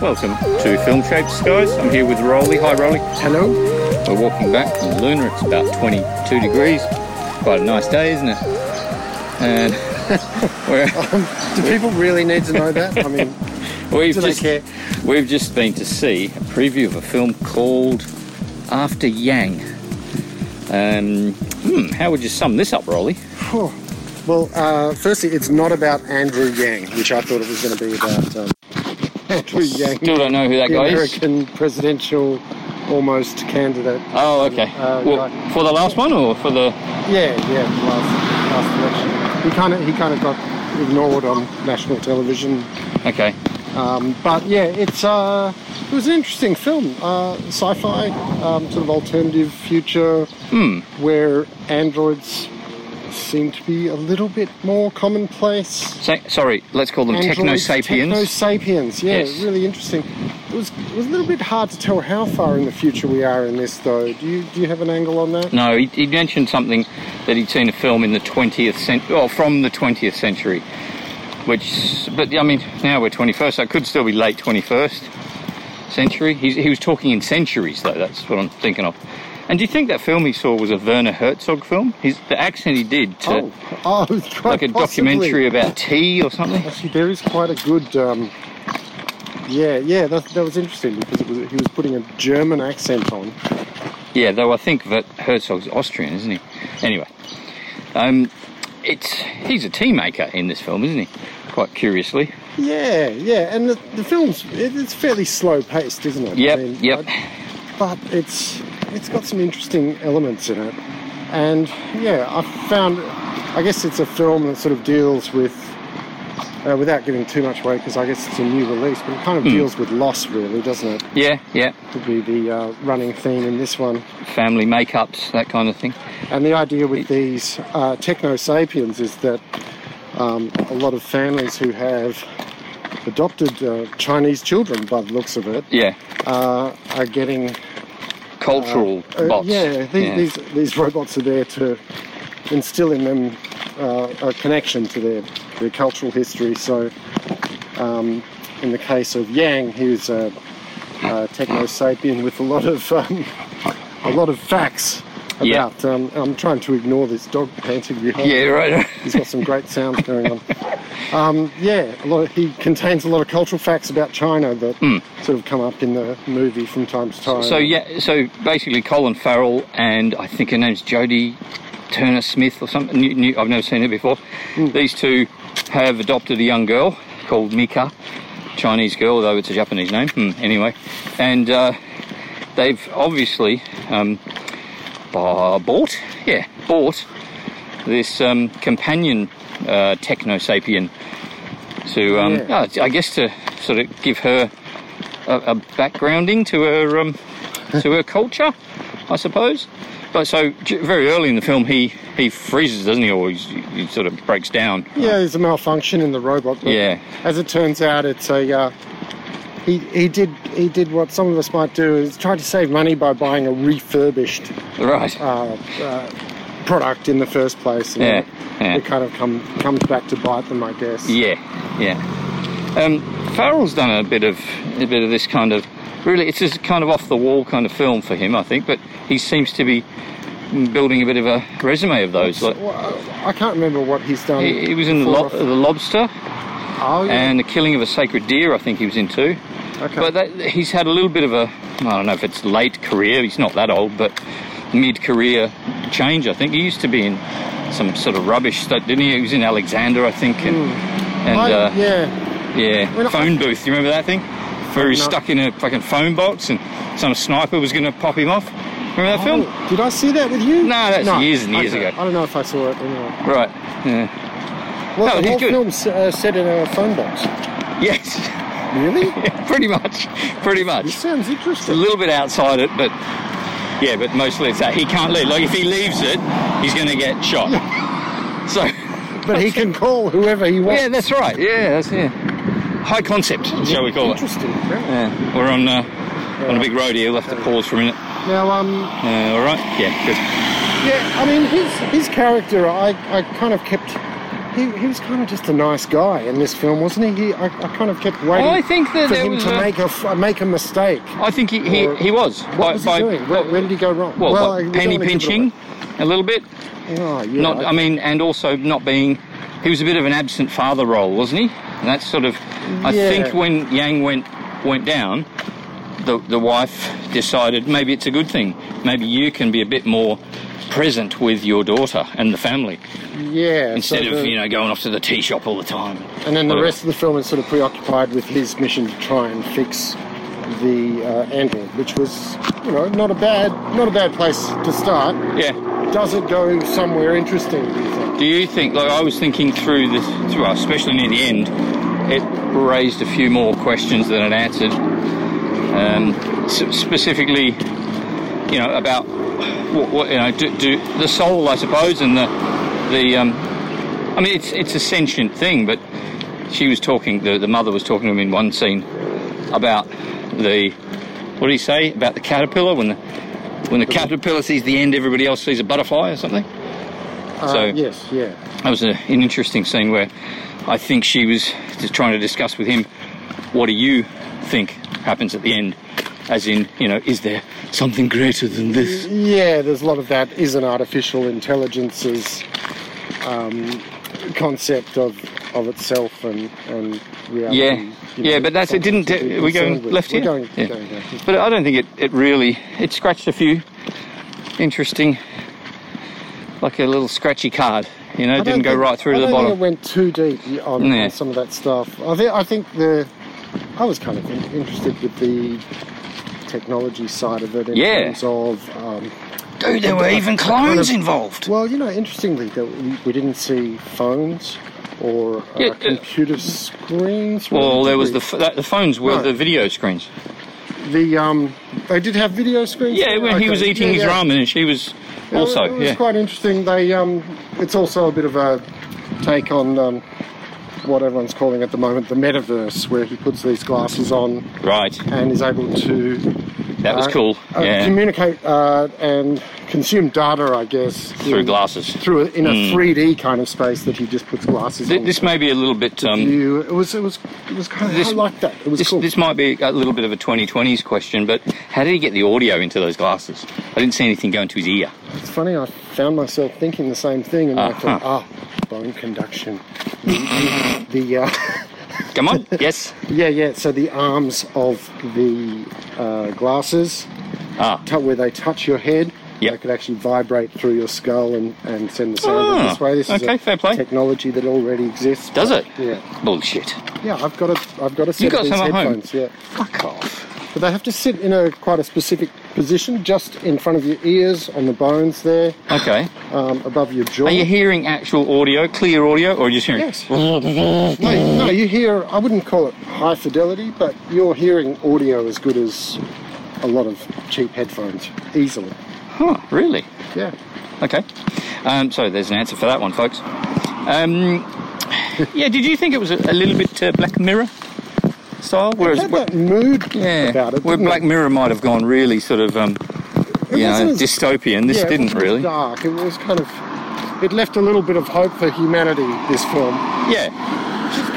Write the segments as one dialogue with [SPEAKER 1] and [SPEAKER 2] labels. [SPEAKER 1] Welcome to Film Shaped Skies. I'm here with Rolly. Hi, Rolly.
[SPEAKER 2] Hello.
[SPEAKER 1] We're walking back from Luna. It's about 22 degrees. Quite a nice day, isn't it? And we're,
[SPEAKER 2] Do people really need to know that? I mean,
[SPEAKER 1] we've
[SPEAKER 2] do they
[SPEAKER 1] just
[SPEAKER 2] care?
[SPEAKER 1] we've just been to see a preview of a film called After Yang. Um, hmm, how would you sum this up, Rolly?
[SPEAKER 2] Oh, well, uh, firstly, it's not about Andrew Yang, which I thought it was going to be about um, Andrew Yang,
[SPEAKER 1] Still don't know who that
[SPEAKER 2] the
[SPEAKER 1] guy is.
[SPEAKER 2] American presidential almost candidate.
[SPEAKER 1] Oh, okay.
[SPEAKER 2] Uh,
[SPEAKER 1] well,
[SPEAKER 2] guy.
[SPEAKER 1] for the last one or for the?
[SPEAKER 2] Yeah, yeah, last last election. He kind of he kind of got ignored on national television.
[SPEAKER 1] Okay.
[SPEAKER 2] Um, but yeah, it's uh, it was an interesting film, uh, sci-fi, um, sort of alternative future
[SPEAKER 1] Hmm.
[SPEAKER 2] where androids seem to be a little bit more commonplace.
[SPEAKER 1] So, sorry, let's call them techno
[SPEAKER 2] Androids,
[SPEAKER 1] sapiens.
[SPEAKER 2] Techno-sapiens, yeah,
[SPEAKER 1] Yes.
[SPEAKER 2] really interesting. It was, it was a little bit hard to tell how far in the future we are in this, though. Do you do you have an angle on that?
[SPEAKER 1] No, he, he mentioned something that he'd seen a film in the 20th century, well, from the 20th century, which, but I mean, now we're 21st, so it could still be late 21st century. He's, he was talking in centuries, though, that's what I'm thinking of. And do you think that film he saw was a Werner Herzog film? His, the accent he did to,
[SPEAKER 2] Oh, oh, quite
[SPEAKER 1] like a
[SPEAKER 2] possibly.
[SPEAKER 1] documentary about tea or something?
[SPEAKER 2] Actually, there is quite a good. Um, yeah, yeah, that, that was interesting because it was, he was putting a German accent on.
[SPEAKER 1] Yeah, though I think that Herzog's Austrian, isn't he? Anyway, um, it's he's a tea maker in this film, isn't he? Quite curiously.
[SPEAKER 2] Yeah, yeah, and the, the film's it, it's fairly slow paced, isn't it?
[SPEAKER 1] Yep,
[SPEAKER 2] I mean,
[SPEAKER 1] yep.
[SPEAKER 2] I- but it's it's got some interesting elements in it, and yeah, I found I guess it's a film that sort of deals with. Uh, without giving too much away, because I guess it's a new release, but it kind
[SPEAKER 1] Hmm.
[SPEAKER 2] of deals with loss, really, doesn't it?
[SPEAKER 1] Yeah, yeah.
[SPEAKER 2] Would be the uh, running theme in this one.
[SPEAKER 1] Family makeups, that kind of thing.
[SPEAKER 2] And the idea with these uh, techno sapiens is that um, a lot of families who have adopted uh, Chinese children, by the looks of it,
[SPEAKER 1] Yeah,
[SPEAKER 2] uh, are getting.
[SPEAKER 1] cultural
[SPEAKER 2] Uh,
[SPEAKER 1] bots.
[SPEAKER 2] Yeah, these, these these robots are there to instill in them uh, a connection to their, their cultural history. So, um, in the case of Yang, he was a, a techno sapien with a lot of um, a lot of facts.
[SPEAKER 1] Yeah.
[SPEAKER 2] About, um, I'm trying to ignore this dog panting behind.
[SPEAKER 1] Yeah,
[SPEAKER 2] me.
[SPEAKER 1] right.
[SPEAKER 2] He's got some great sounds going on. Um, yeah, a lot of, he contains a lot of cultural facts about China that sort of come up in the movie from time to time.
[SPEAKER 1] Hmm. So yeah, so basically, Colin Farrell and I think her name's Jodie Turner Smith or something. New, new, I've never seen her before.
[SPEAKER 2] Hmm.
[SPEAKER 1] These two have adopted a young girl called Mika, Chinese girl, though it's a Japanese name. Hmm, anyway, and uh, they've obviously um, bu- bought, yeah, bought this um, companion uh, techno sapien to, um,
[SPEAKER 2] Yeah.
[SPEAKER 1] oh, I guess, to sort of give her a, a backgrounding to her um, to her culture, I suppose. But so j- very early in the film, he he freezes, doesn't he? Or he's, he sort of breaks down.
[SPEAKER 2] Yeah, there's a malfunction in the robot. But
[SPEAKER 1] Yeah.
[SPEAKER 2] As it turns out, it's a. Uh, he, he did he did what some of us might do is try to save money by buying a refurbished
[SPEAKER 1] Right.
[SPEAKER 2] uh, uh, product in the first place. And
[SPEAKER 1] Yeah,
[SPEAKER 2] it-
[SPEAKER 1] yeah.
[SPEAKER 2] It kind of come, comes back to bite them, I guess.
[SPEAKER 1] Yeah, yeah. Um, Farrell's done a bit of a bit of this kind of really. It's this kind of off the wall kind of film for him, I think. But he seems to be building a bit of a resume of those. Like,
[SPEAKER 2] Well, I- I can't remember what he's done.
[SPEAKER 1] he, he was in the,
[SPEAKER 2] before.
[SPEAKER 1] lo- the Lobster
[SPEAKER 2] Oh, yeah.
[SPEAKER 1] and the Killing of a Sacred Deer. I think he was in too.
[SPEAKER 2] okay.
[SPEAKER 1] But that, he's had a little bit of a, I don't know if it's late career, he's not that old, but mid career change, I think. He used to be in some sort of rubbish stuff, didn't he? He was in Alexander, I think, and, and
[SPEAKER 2] I-
[SPEAKER 1] uh, yeah,
[SPEAKER 2] Oh, yeah. Well, I-
[SPEAKER 1] phone booth. You remember that thing? Where he was
[SPEAKER 2] No.
[SPEAKER 1] stuck in a fucking phone box and some sniper was going to pop him off. Remember that film?
[SPEAKER 2] Oh, did I see that with you?
[SPEAKER 1] No, that's years and years
[SPEAKER 2] okay.
[SPEAKER 1] ago.
[SPEAKER 2] I don't know if I saw it. Anyway.
[SPEAKER 1] Right. Yeah.
[SPEAKER 2] Well,
[SPEAKER 1] No,
[SPEAKER 2] the
[SPEAKER 1] he's
[SPEAKER 2] whole
[SPEAKER 1] good.
[SPEAKER 2] film's uh, set in a phone box.
[SPEAKER 1] Yes.
[SPEAKER 2] Really?
[SPEAKER 1] pretty much. Pretty much.
[SPEAKER 2] This sounds
[SPEAKER 1] a
[SPEAKER 2] interesting.
[SPEAKER 1] little bit outside it, but yeah, but mostly it's that he can't leave. Like if he leaves it, he's going to get shot. So
[SPEAKER 2] But he can call whoever he wants.
[SPEAKER 1] yeah, that's right. Yeah, that's yeah. High concept, shall we call it?
[SPEAKER 2] Interesting. yeah.
[SPEAKER 1] Yeah, we're on uh, on a big road here. We'll have to pause for a minute.
[SPEAKER 2] Now, um,
[SPEAKER 1] Uh, all right. Yeah, good.
[SPEAKER 2] yeah, I mean, his his character, I, I kind of kept he, he was kind of just a nice guy in this film, wasn't he? he I, I kind of kept waiting
[SPEAKER 1] I think that
[SPEAKER 2] for
[SPEAKER 1] there
[SPEAKER 2] him
[SPEAKER 1] was
[SPEAKER 2] to
[SPEAKER 1] a-
[SPEAKER 2] make a f- make a mistake.
[SPEAKER 1] I think he, he,
[SPEAKER 2] Or-
[SPEAKER 1] he was.
[SPEAKER 2] What was he doing? Where, where did he go wrong?
[SPEAKER 1] Well,
[SPEAKER 2] Well,
[SPEAKER 1] what,
[SPEAKER 2] I- we don't
[SPEAKER 1] penny
[SPEAKER 2] wanna give it
[SPEAKER 1] pinching a little bit.
[SPEAKER 2] away. Oh, yeah.
[SPEAKER 1] Not, I mean, and also not being. He was a bit of an absent father role, wasn't he? And that's sort of. I
[SPEAKER 2] Yeah.
[SPEAKER 1] think when Yang went went down, the the wife decided maybe it's a good thing. Maybe you can be a bit more present with your daughter and the family
[SPEAKER 2] yeah. so
[SPEAKER 1] instead of
[SPEAKER 2] the-
[SPEAKER 1] you know going off to the tea shop all the time.
[SPEAKER 2] And then the
[SPEAKER 1] Whatever.
[SPEAKER 2] rest of the film is sort of preoccupied with his mission to try and fix the uh, android, which was, you know, not a bad not a bad place to start.
[SPEAKER 1] Yeah.
[SPEAKER 2] Does it go somewhere interesting? Do you think?
[SPEAKER 1] Do you think? Like I was thinking through this, through us, especially near the end, it raised a few more questions than it answered. Um, s- specifically, you know, about what, what you know, do, do the soul, I suppose, and the the. Um, I mean, it's it's a sentient thing, but she was talking. The, the mother was talking to him in one scene about the. What did he say about the caterpillar when the when the caterpillar sees the end, everybody else sees a butterfly or something.
[SPEAKER 2] Uh,
[SPEAKER 1] So-
[SPEAKER 2] yes, yeah,
[SPEAKER 1] That was a, an interesting scene where I think she was just trying to discuss with him, what do you think happens at the end? As in, you know, is there something greater than this?
[SPEAKER 2] yeah. There's a lot of that. Is an artificial intelligence's um, concept of of itself and and reality.
[SPEAKER 1] Yeah.
[SPEAKER 2] you know,
[SPEAKER 1] Yeah, but that's- it didn't-
[SPEAKER 2] something to be
[SPEAKER 1] we're going
[SPEAKER 2] concerned with.
[SPEAKER 1] left
[SPEAKER 2] We're
[SPEAKER 1] here?
[SPEAKER 2] going-
[SPEAKER 1] Yeah.
[SPEAKER 2] going down.
[SPEAKER 1] But I don't think it, it really, it scratched a few interesting, like a little scratchy card, you know,
[SPEAKER 2] I
[SPEAKER 1] it didn't
[SPEAKER 2] don't
[SPEAKER 1] go
[SPEAKER 2] think-
[SPEAKER 1] right through
[SPEAKER 2] I
[SPEAKER 1] to the
[SPEAKER 2] don't
[SPEAKER 1] bottom.
[SPEAKER 2] Think it went too deep on,
[SPEAKER 1] Yeah.
[SPEAKER 2] on some of that stuff. I think I think the I was kind of in, interested with the technology side of it in
[SPEAKER 1] Yeah.
[SPEAKER 2] terms of um,
[SPEAKER 1] Dude, there were even clones involved.
[SPEAKER 2] well, you know, interestingly that we, we didn't see phones or uh,
[SPEAKER 1] Yeah, uh,
[SPEAKER 2] computer screens.
[SPEAKER 1] Well,
[SPEAKER 2] really,
[SPEAKER 1] there
[SPEAKER 2] did
[SPEAKER 1] was the,
[SPEAKER 2] we?
[SPEAKER 1] f- that, the phones were
[SPEAKER 2] No.
[SPEAKER 1] the video screens.
[SPEAKER 2] the um they did have video screens.
[SPEAKER 1] Yeah, when he
[SPEAKER 2] Okay.
[SPEAKER 1] was eating
[SPEAKER 2] Yeah,
[SPEAKER 1] his
[SPEAKER 2] yeah.
[SPEAKER 1] ramen and she was
[SPEAKER 2] Yeah,
[SPEAKER 1] also,
[SPEAKER 2] it was
[SPEAKER 1] yeah.
[SPEAKER 2] quite interesting. They, um, it's also a bit of a take on um, what everyone's calling at the moment the metaverse, where he puts these glasses on
[SPEAKER 1] Right,
[SPEAKER 2] and is able to
[SPEAKER 1] that was
[SPEAKER 2] uh,
[SPEAKER 1] cool.
[SPEAKER 2] uh,
[SPEAKER 1] yeah.
[SPEAKER 2] communicate uh, and consume data, I guess,
[SPEAKER 1] through
[SPEAKER 2] in-
[SPEAKER 1] glasses.
[SPEAKER 2] through a, in a 3D kind of space that he just puts glasses
[SPEAKER 1] Th-
[SPEAKER 2] on.
[SPEAKER 1] This may be a little bit. Um,
[SPEAKER 2] you, it was, it was, it was kind of.
[SPEAKER 1] This-
[SPEAKER 2] I liked that. It was
[SPEAKER 1] this,
[SPEAKER 2] cool.
[SPEAKER 1] this might be a little bit of a 2020s question, but how did he get the audio into those glasses? I didn't see anything go into his ear.
[SPEAKER 2] It's funny, I found myself thinking the same thing, and I
[SPEAKER 1] Uh-huh.
[SPEAKER 2] thought, ah, bone conduction. The- the uh,
[SPEAKER 1] Come on, yes.
[SPEAKER 2] Yeah, yeah. So the arms of the uh, glasses,
[SPEAKER 1] Ah,
[SPEAKER 2] t- where they touch your head,
[SPEAKER 1] Yep.
[SPEAKER 2] they could actually vibrate through your skull and, and send the sound
[SPEAKER 1] Ah,
[SPEAKER 2] out this way. This
[SPEAKER 1] okay,
[SPEAKER 2] is a
[SPEAKER 1] fair play.
[SPEAKER 2] technology that already exists.
[SPEAKER 1] does it?
[SPEAKER 2] Yeah,
[SPEAKER 1] Bullshit.
[SPEAKER 2] yeah. I've got a, I've got a set
[SPEAKER 1] got
[SPEAKER 2] of these
[SPEAKER 1] some at home?
[SPEAKER 2] headphones. Yeah,
[SPEAKER 1] Fuck off.
[SPEAKER 2] but they have to sit in a quite a specific position, just in front of your ears, on the bones there,
[SPEAKER 1] Okay.
[SPEAKER 2] um, above your jaw.
[SPEAKER 1] Are you hearing actual audio, clear audio, or are you just hearing?
[SPEAKER 2] Yes. no, no, you hear, I wouldn't call it high fidelity, but you're hearing audio as good as a lot of cheap headphones, easily.
[SPEAKER 1] Huh, really?
[SPEAKER 2] Yeah.
[SPEAKER 1] Okay. Um, so there's an answer for that one, folks. Um, yeah, did you think it was a, a little bit uh, Black Mirror style?
[SPEAKER 2] It
[SPEAKER 1] Whereas,
[SPEAKER 2] had that mood
[SPEAKER 1] Yeah,
[SPEAKER 2] about it.
[SPEAKER 1] where
[SPEAKER 2] didn't it?
[SPEAKER 1] Black Mirror might have gone really sort of, um, you know,
[SPEAKER 2] wasn't as-
[SPEAKER 1] dystopian. This
[SPEAKER 2] Yeah, it
[SPEAKER 1] didn't
[SPEAKER 2] wasn't
[SPEAKER 1] really.
[SPEAKER 2] Dark. It was kind of. It left a little bit of hope for humanity, this film.
[SPEAKER 1] Yeah.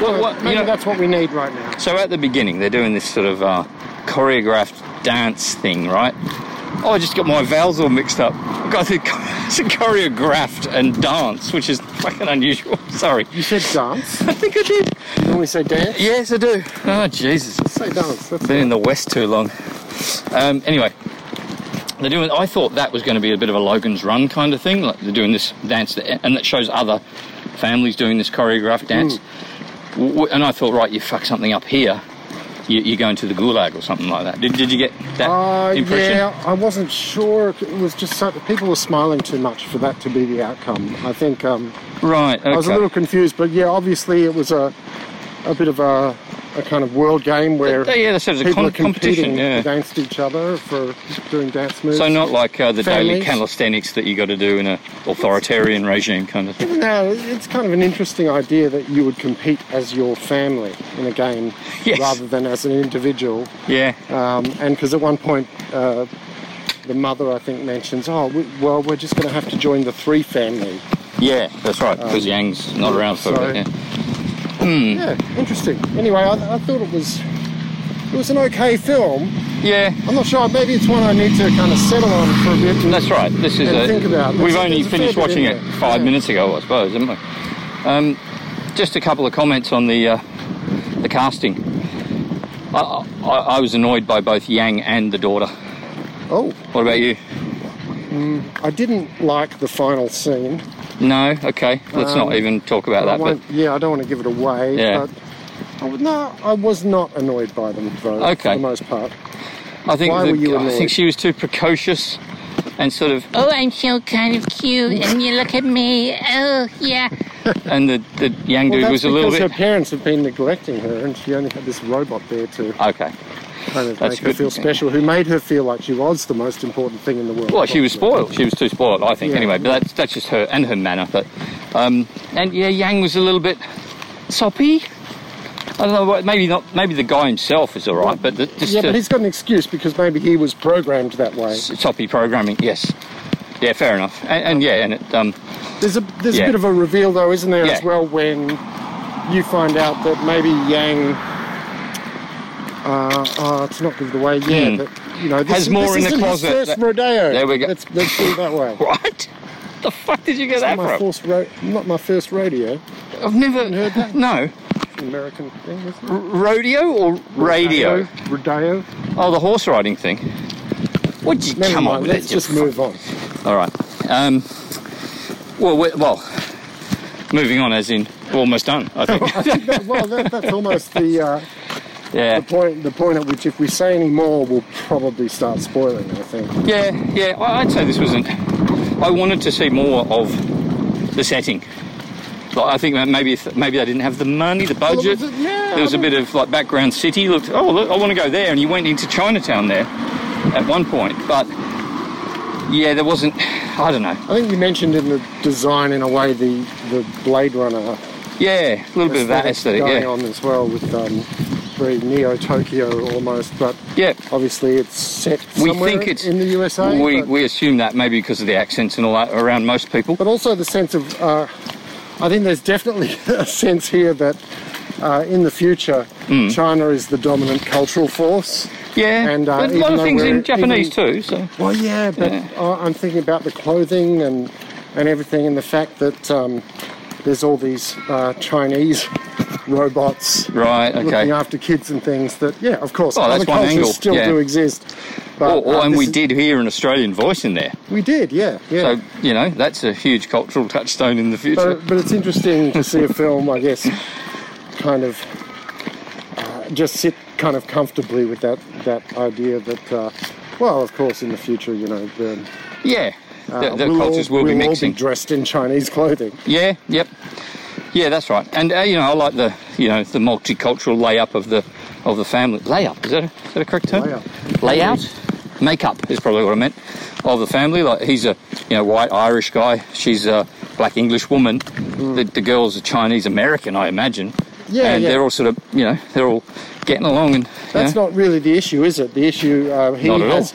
[SPEAKER 1] Well, what,
[SPEAKER 2] Maybe
[SPEAKER 1] you know,
[SPEAKER 2] that's what we need right now.
[SPEAKER 1] so at the beginning, they're doing this sort of uh, choreographed dance thing, right? Oh, I just got my vowels all mixed up. I got the, it's a choreographed and dance, which is fucking unusual. Sorry.
[SPEAKER 2] You said dance.
[SPEAKER 1] I think I did.
[SPEAKER 2] you normally say dance.
[SPEAKER 1] Yes, I do. Oh, Jesus.
[SPEAKER 2] Say dance. That's
[SPEAKER 1] been in the west too long. Um, anyway, they're doing. I thought that was going to be a bit of a Logan's Run kind of thing. Like they're doing this dance, that, and that shows other families doing this choreographed dance.
[SPEAKER 2] Hmm.
[SPEAKER 1] W- w- And I thought, right, you fuck something up here, you, you're going to the gulag or something like that. Did, did you get that
[SPEAKER 2] Uh,
[SPEAKER 1] impression?
[SPEAKER 2] yeah, I wasn't sure. It was just so, people were smiling too much for that to be the outcome. I think um,
[SPEAKER 1] Right. Okay.
[SPEAKER 2] I was a little confused, but yeah, obviously it was a a bit of a, a kind of world game where
[SPEAKER 1] Yeah, yeah, so it was a
[SPEAKER 2] people
[SPEAKER 1] con-
[SPEAKER 2] are competing
[SPEAKER 1] uh, competition, yeah.
[SPEAKER 2] against each other for doing dance moves.
[SPEAKER 1] so not like uh, the daily
[SPEAKER 2] Families.
[SPEAKER 1] calisthenics that you got to do in a authoritarian regime kind of thing.
[SPEAKER 2] no, it's kind of an interesting idea that you would compete as your family in a game
[SPEAKER 1] Yes.
[SPEAKER 2] rather than as an individual.
[SPEAKER 1] Yeah.
[SPEAKER 2] Um, and because at one point, uh, the mother, I think, mentions, oh, we, well, we're just going to have to join the three family.
[SPEAKER 1] Yeah, that's right. Because
[SPEAKER 2] Um,
[SPEAKER 1] Yang's not around for
[SPEAKER 2] so-
[SPEAKER 1] it. Yeah. Hmm.
[SPEAKER 2] Yeah, interesting. Anyway, I, I thought it was it was an okay film.
[SPEAKER 1] yeah,
[SPEAKER 2] I'm not sure. Maybe it's one I need to kind of settle on for a bit. and-
[SPEAKER 1] That's right. This is
[SPEAKER 2] And
[SPEAKER 1] a.
[SPEAKER 2] think about it.
[SPEAKER 1] We've
[SPEAKER 2] There's-
[SPEAKER 1] only
[SPEAKER 2] there's a fair
[SPEAKER 1] finished
[SPEAKER 2] bit
[SPEAKER 1] watching
[SPEAKER 2] in
[SPEAKER 1] it
[SPEAKER 2] there.
[SPEAKER 1] five
[SPEAKER 2] Yeah.
[SPEAKER 1] minutes ago, I suppose, haven't we? Um, just a couple of comments on the uh, the casting. I, I, I was annoyed by both Yang and the daughter.
[SPEAKER 2] Oh,
[SPEAKER 1] What about you?
[SPEAKER 2] I didn't like the final scene.
[SPEAKER 1] No. Okay. Let's
[SPEAKER 2] Um,
[SPEAKER 1] not even talk about
[SPEAKER 2] I
[SPEAKER 1] that. But
[SPEAKER 2] won't, yeah, I don't want to give it away.
[SPEAKER 1] Yeah.
[SPEAKER 2] But I would, no, I was not annoyed by them though, for
[SPEAKER 1] Okay.
[SPEAKER 2] the most part.
[SPEAKER 1] I think
[SPEAKER 2] Why were you
[SPEAKER 1] the, I
[SPEAKER 2] annoyed?
[SPEAKER 1] think she was too precocious, and sort of.
[SPEAKER 3] Oh, I'm so kind of cute, and you look at me. Oh, yeah.
[SPEAKER 1] And the the Yang
[SPEAKER 2] Well,
[SPEAKER 1] dude
[SPEAKER 2] that's
[SPEAKER 1] was a little
[SPEAKER 2] because
[SPEAKER 1] bit.
[SPEAKER 2] her parents have been neglecting her, and she only had this robot there to
[SPEAKER 1] Okay.
[SPEAKER 2] kind of
[SPEAKER 1] That's
[SPEAKER 2] make her
[SPEAKER 1] good.
[SPEAKER 2] feel special, who made her feel like she was the most important thing in the world.
[SPEAKER 1] Well, she was
[SPEAKER 2] possibly.
[SPEAKER 1] spoiled. She was too spoiled, I think.
[SPEAKER 2] Yeah.
[SPEAKER 1] anyway, but that's that's just her and her manner. But um, and yeah, Yang was a little bit soppy. I don't know. what- Maybe not. Maybe the guy himself is all right, but the, just
[SPEAKER 2] Yeah,
[SPEAKER 1] the
[SPEAKER 2] but he's got an excuse because maybe he was programmed that way.
[SPEAKER 1] s- soppy programming. Yes. Yeah, fair enough. And, and yeah, and it, um,
[SPEAKER 2] There's a there's
[SPEAKER 1] Yeah.
[SPEAKER 2] a bit of a reveal though, isn't there, as
[SPEAKER 1] Yeah.
[SPEAKER 2] well, when you find out that maybe Yang. Uh, uh, it's not give it away. Yeah,
[SPEAKER 1] Hmm.
[SPEAKER 2] that, you know, this,
[SPEAKER 1] Has
[SPEAKER 2] is-
[SPEAKER 1] more
[SPEAKER 2] this
[SPEAKER 1] in the
[SPEAKER 2] isn't his
[SPEAKER 1] closet
[SPEAKER 2] First
[SPEAKER 1] that-
[SPEAKER 2] rodeo.
[SPEAKER 1] There we go.
[SPEAKER 2] Let's, let's do it that way.
[SPEAKER 1] what? The fuck did you get that
[SPEAKER 2] my
[SPEAKER 1] from?
[SPEAKER 2] first ro- not my first rodeo.
[SPEAKER 1] I've never
[SPEAKER 2] heard that?
[SPEAKER 1] No,
[SPEAKER 2] It's an American thing, isn't it?
[SPEAKER 1] R- rodeo or radio?
[SPEAKER 2] Rodeo.
[SPEAKER 1] Oh, the horse riding thing. What would you
[SPEAKER 2] Never
[SPEAKER 1] come
[SPEAKER 2] mind.
[SPEAKER 1] on? with
[SPEAKER 2] let's
[SPEAKER 1] that, you
[SPEAKER 2] just move on.
[SPEAKER 1] All right. Um, well, we, well, moving on, as in we're almost done. I think.
[SPEAKER 2] No, well, that, that's almost the, uh,
[SPEAKER 1] yeah,
[SPEAKER 2] the point. The point at which, if we say any more, we'll probably start spoiling. I think.
[SPEAKER 1] yeah, yeah. I- I'd say this wasn't. I wanted to see more of the setting. Like, I think that maybe if- maybe they didn't have the money, the
[SPEAKER 2] it
[SPEAKER 1] budget.
[SPEAKER 2] was- yeah,
[SPEAKER 1] there was
[SPEAKER 2] I
[SPEAKER 1] a bit of like background city. Looked, oh look, I want to go there, and you went into Chinatown there at one point. But yeah, there wasn't. I don't know.
[SPEAKER 2] I think you mentioned in the design, in a way, the the Blade Runner
[SPEAKER 1] Yeah, a little bit of that aesthetic.
[SPEAKER 2] going
[SPEAKER 1] Yeah,
[SPEAKER 2] on as well with um, very neo Tokyo almost, but
[SPEAKER 1] yeah.
[SPEAKER 2] obviously it's set
[SPEAKER 1] We
[SPEAKER 2] somewhere
[SPEAKER 1] think it's-
[SPEAKER 2] in the USA.
[SPEAKER 1] we,
[SPEAKER 2] but,
[SPEAKER 1] we assume that maybe because of the accents and all that around most people.
[SPEAKER 2] but also the sense of, uh, I think there's definitely a sense here that uh, in the future,
[SPEAKER 1] Hmm.
[SPEAKER 2] China is the dominant cultural force.
[SPEAKER 1] Yeah,
[SPEAKER 2] And, uh,
[SPEAKER 1] but a
[SPEAKER 2] even
[SPEAKER 1] lot of
[SPEAKER 2] though
[SPEAKER 1] things
[SPEAKER 2] we're-
[SPEAKER 1] in Japanese too. So
[SPEAKER 2] Well, yeah, but
[SPEAKER 1] Yeah.
[SPEAKER 2] I I'm thinking about the clothing and and everything, and the fact that um, there's all these uh, Chinese robots
[SPEAKER 1] right, okay.
[SPEAKER 2] looking after kids and things. That yeah, of course,
[SPEAKER 1] Oh, that's
[SPEAKER 2] other
[SPEAKER 1] one
[SPEAKER 2] cultures
[SPEAKER 1] angle,
[SPEAKER 2] still
[SPEAKER 1] yeah.
[SPEAKER 2] do exist.
[SPEAKER 1] Or,
[SPEAKER 2] But,
[SPEAKER 1] or,
[SPEAKER 2] uh,
[SPEAKER 1] and
[SPEAKER 2] this
[SPEAKER 1] we
[SPEAKER 2] is-
[SPEAKER 1] did hear an Australian voice in there.
[SPEAKER 2] we did, yeah, yeah.
[SPEAKER 1] So you know that's a huge cultural touchstone in the future.
[SPEAKER 2] but, but it's interesting to see a film, I guess, kind of uh, just sit kind of comfortably with that that idea that. Uh, well, of course, in the future, you know, the,
[SPEAKER 1] yeah, the,
[SPEAKER 2] uh,
[SPEAKER 1] the
[SPEAKER 2] we'll all-
[SPEAKER 1] cultures will be
[SPEAKER 2] we'll all
[SPEAKER 1] mixing.
[SPEAKER 2] be dressed in Chinese clothing.
[SPEAKER 1] yeah, yep, yeah, that's right. And uh, you know I like the you know the multicultural layup of the of the family layup. Is that a, is that a correct term?
[SPEAKER 2] Layout.
[SPEAKER 1] Layout. Makeup is probably what I meant of the family. Like he's a you know white Irish guy. She's a black English woman. The, the girl's a Chinese American, I imagine.
[SPEAKER 2] Yeah,
[SPEAKER 1] and
[SPEAKER 2] yeah.
[SPEAKER 1] they're all sort of you know they're all getting along and
[SPEAKER 2] That's
[SPEAKER 1] you know,
[SPEAKER 2] not really the issue, is it? The issue uh, he
[SPEAKER 1] Not at all.
[SPEAKER 2] has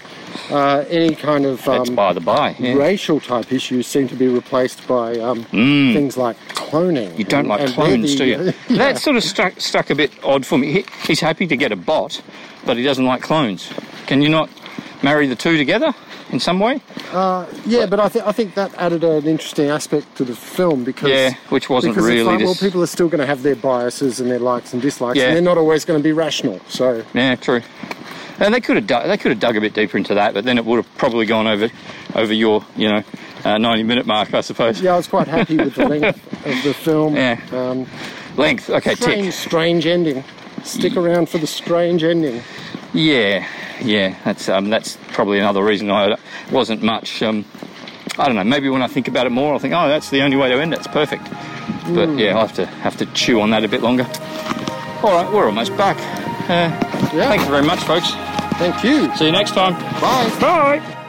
[SPEAKER 2] uh, any kind of
[SPEAKER 1] that's
[SPEAKER 2] um,
[SPEAKER 1] by the by. yeah.
[SPEAKER 2] racial type issues seem to be replaced by um, things like cloning.
[SPEAKER 1] Mm. You don't like clones, do you? That sort of struck stuck a bit odd for me. He, he's happy to get a bot, but he doesn't like clones. Can you not marry the two together in some way?
[SPEAKER 2] Yeah, but I, th- I think that added an interesting aspect to the film because
[SPEAKER 1] Yeah, which wasn't
[SPEAKER 2] because
[SPEAKER 1] really
[SPEAKER 2] It's like,
[SPEAKER 1] this-
[SPEAKER 2] Well, people are still going to have their biases and their likes and dislikes,
[SPEAKER 1] Yeah.
[SPEAKER 2] and they're not always going to be rational. So
[SPEAKER 1] Yeah, true. And they could have dug, they could have dug a bit deeper into that, but then it would have probably gone over over your you know uh, ninety minute mark, I suppose.
[SPEAKER 2] yeah, I was quite happy with the length of the film.
[SPEAKER 1] Yeah.
[SPEAKER 2] Um,
[SPEAKER 1] Length, okay,
[SPEAKER 2] strange,
[SPEAKER 1] tick.
[SPEAKER 2] strange ending. Stick around for the strange ending.
[SPEAKER 1] Yeah, yeah. That's um, that's probably another reason I wasn't much. Um, I don't know. Maybe when I think about it more, I'll think, oh, that's the only way to end it. It's perfect. But yeah, I'll have to have to chew on that a bit longer. All right, we're almost back. Uh,
[SPEAKER 2] Yeah.
[SPEAKER 1] Thank you very much, folks.
[SPEAKER 2] Thank you.
[SPEAKER 1] See you next time.
[SPEAKER 2] Bye.
[SPEAKER 1] Bye.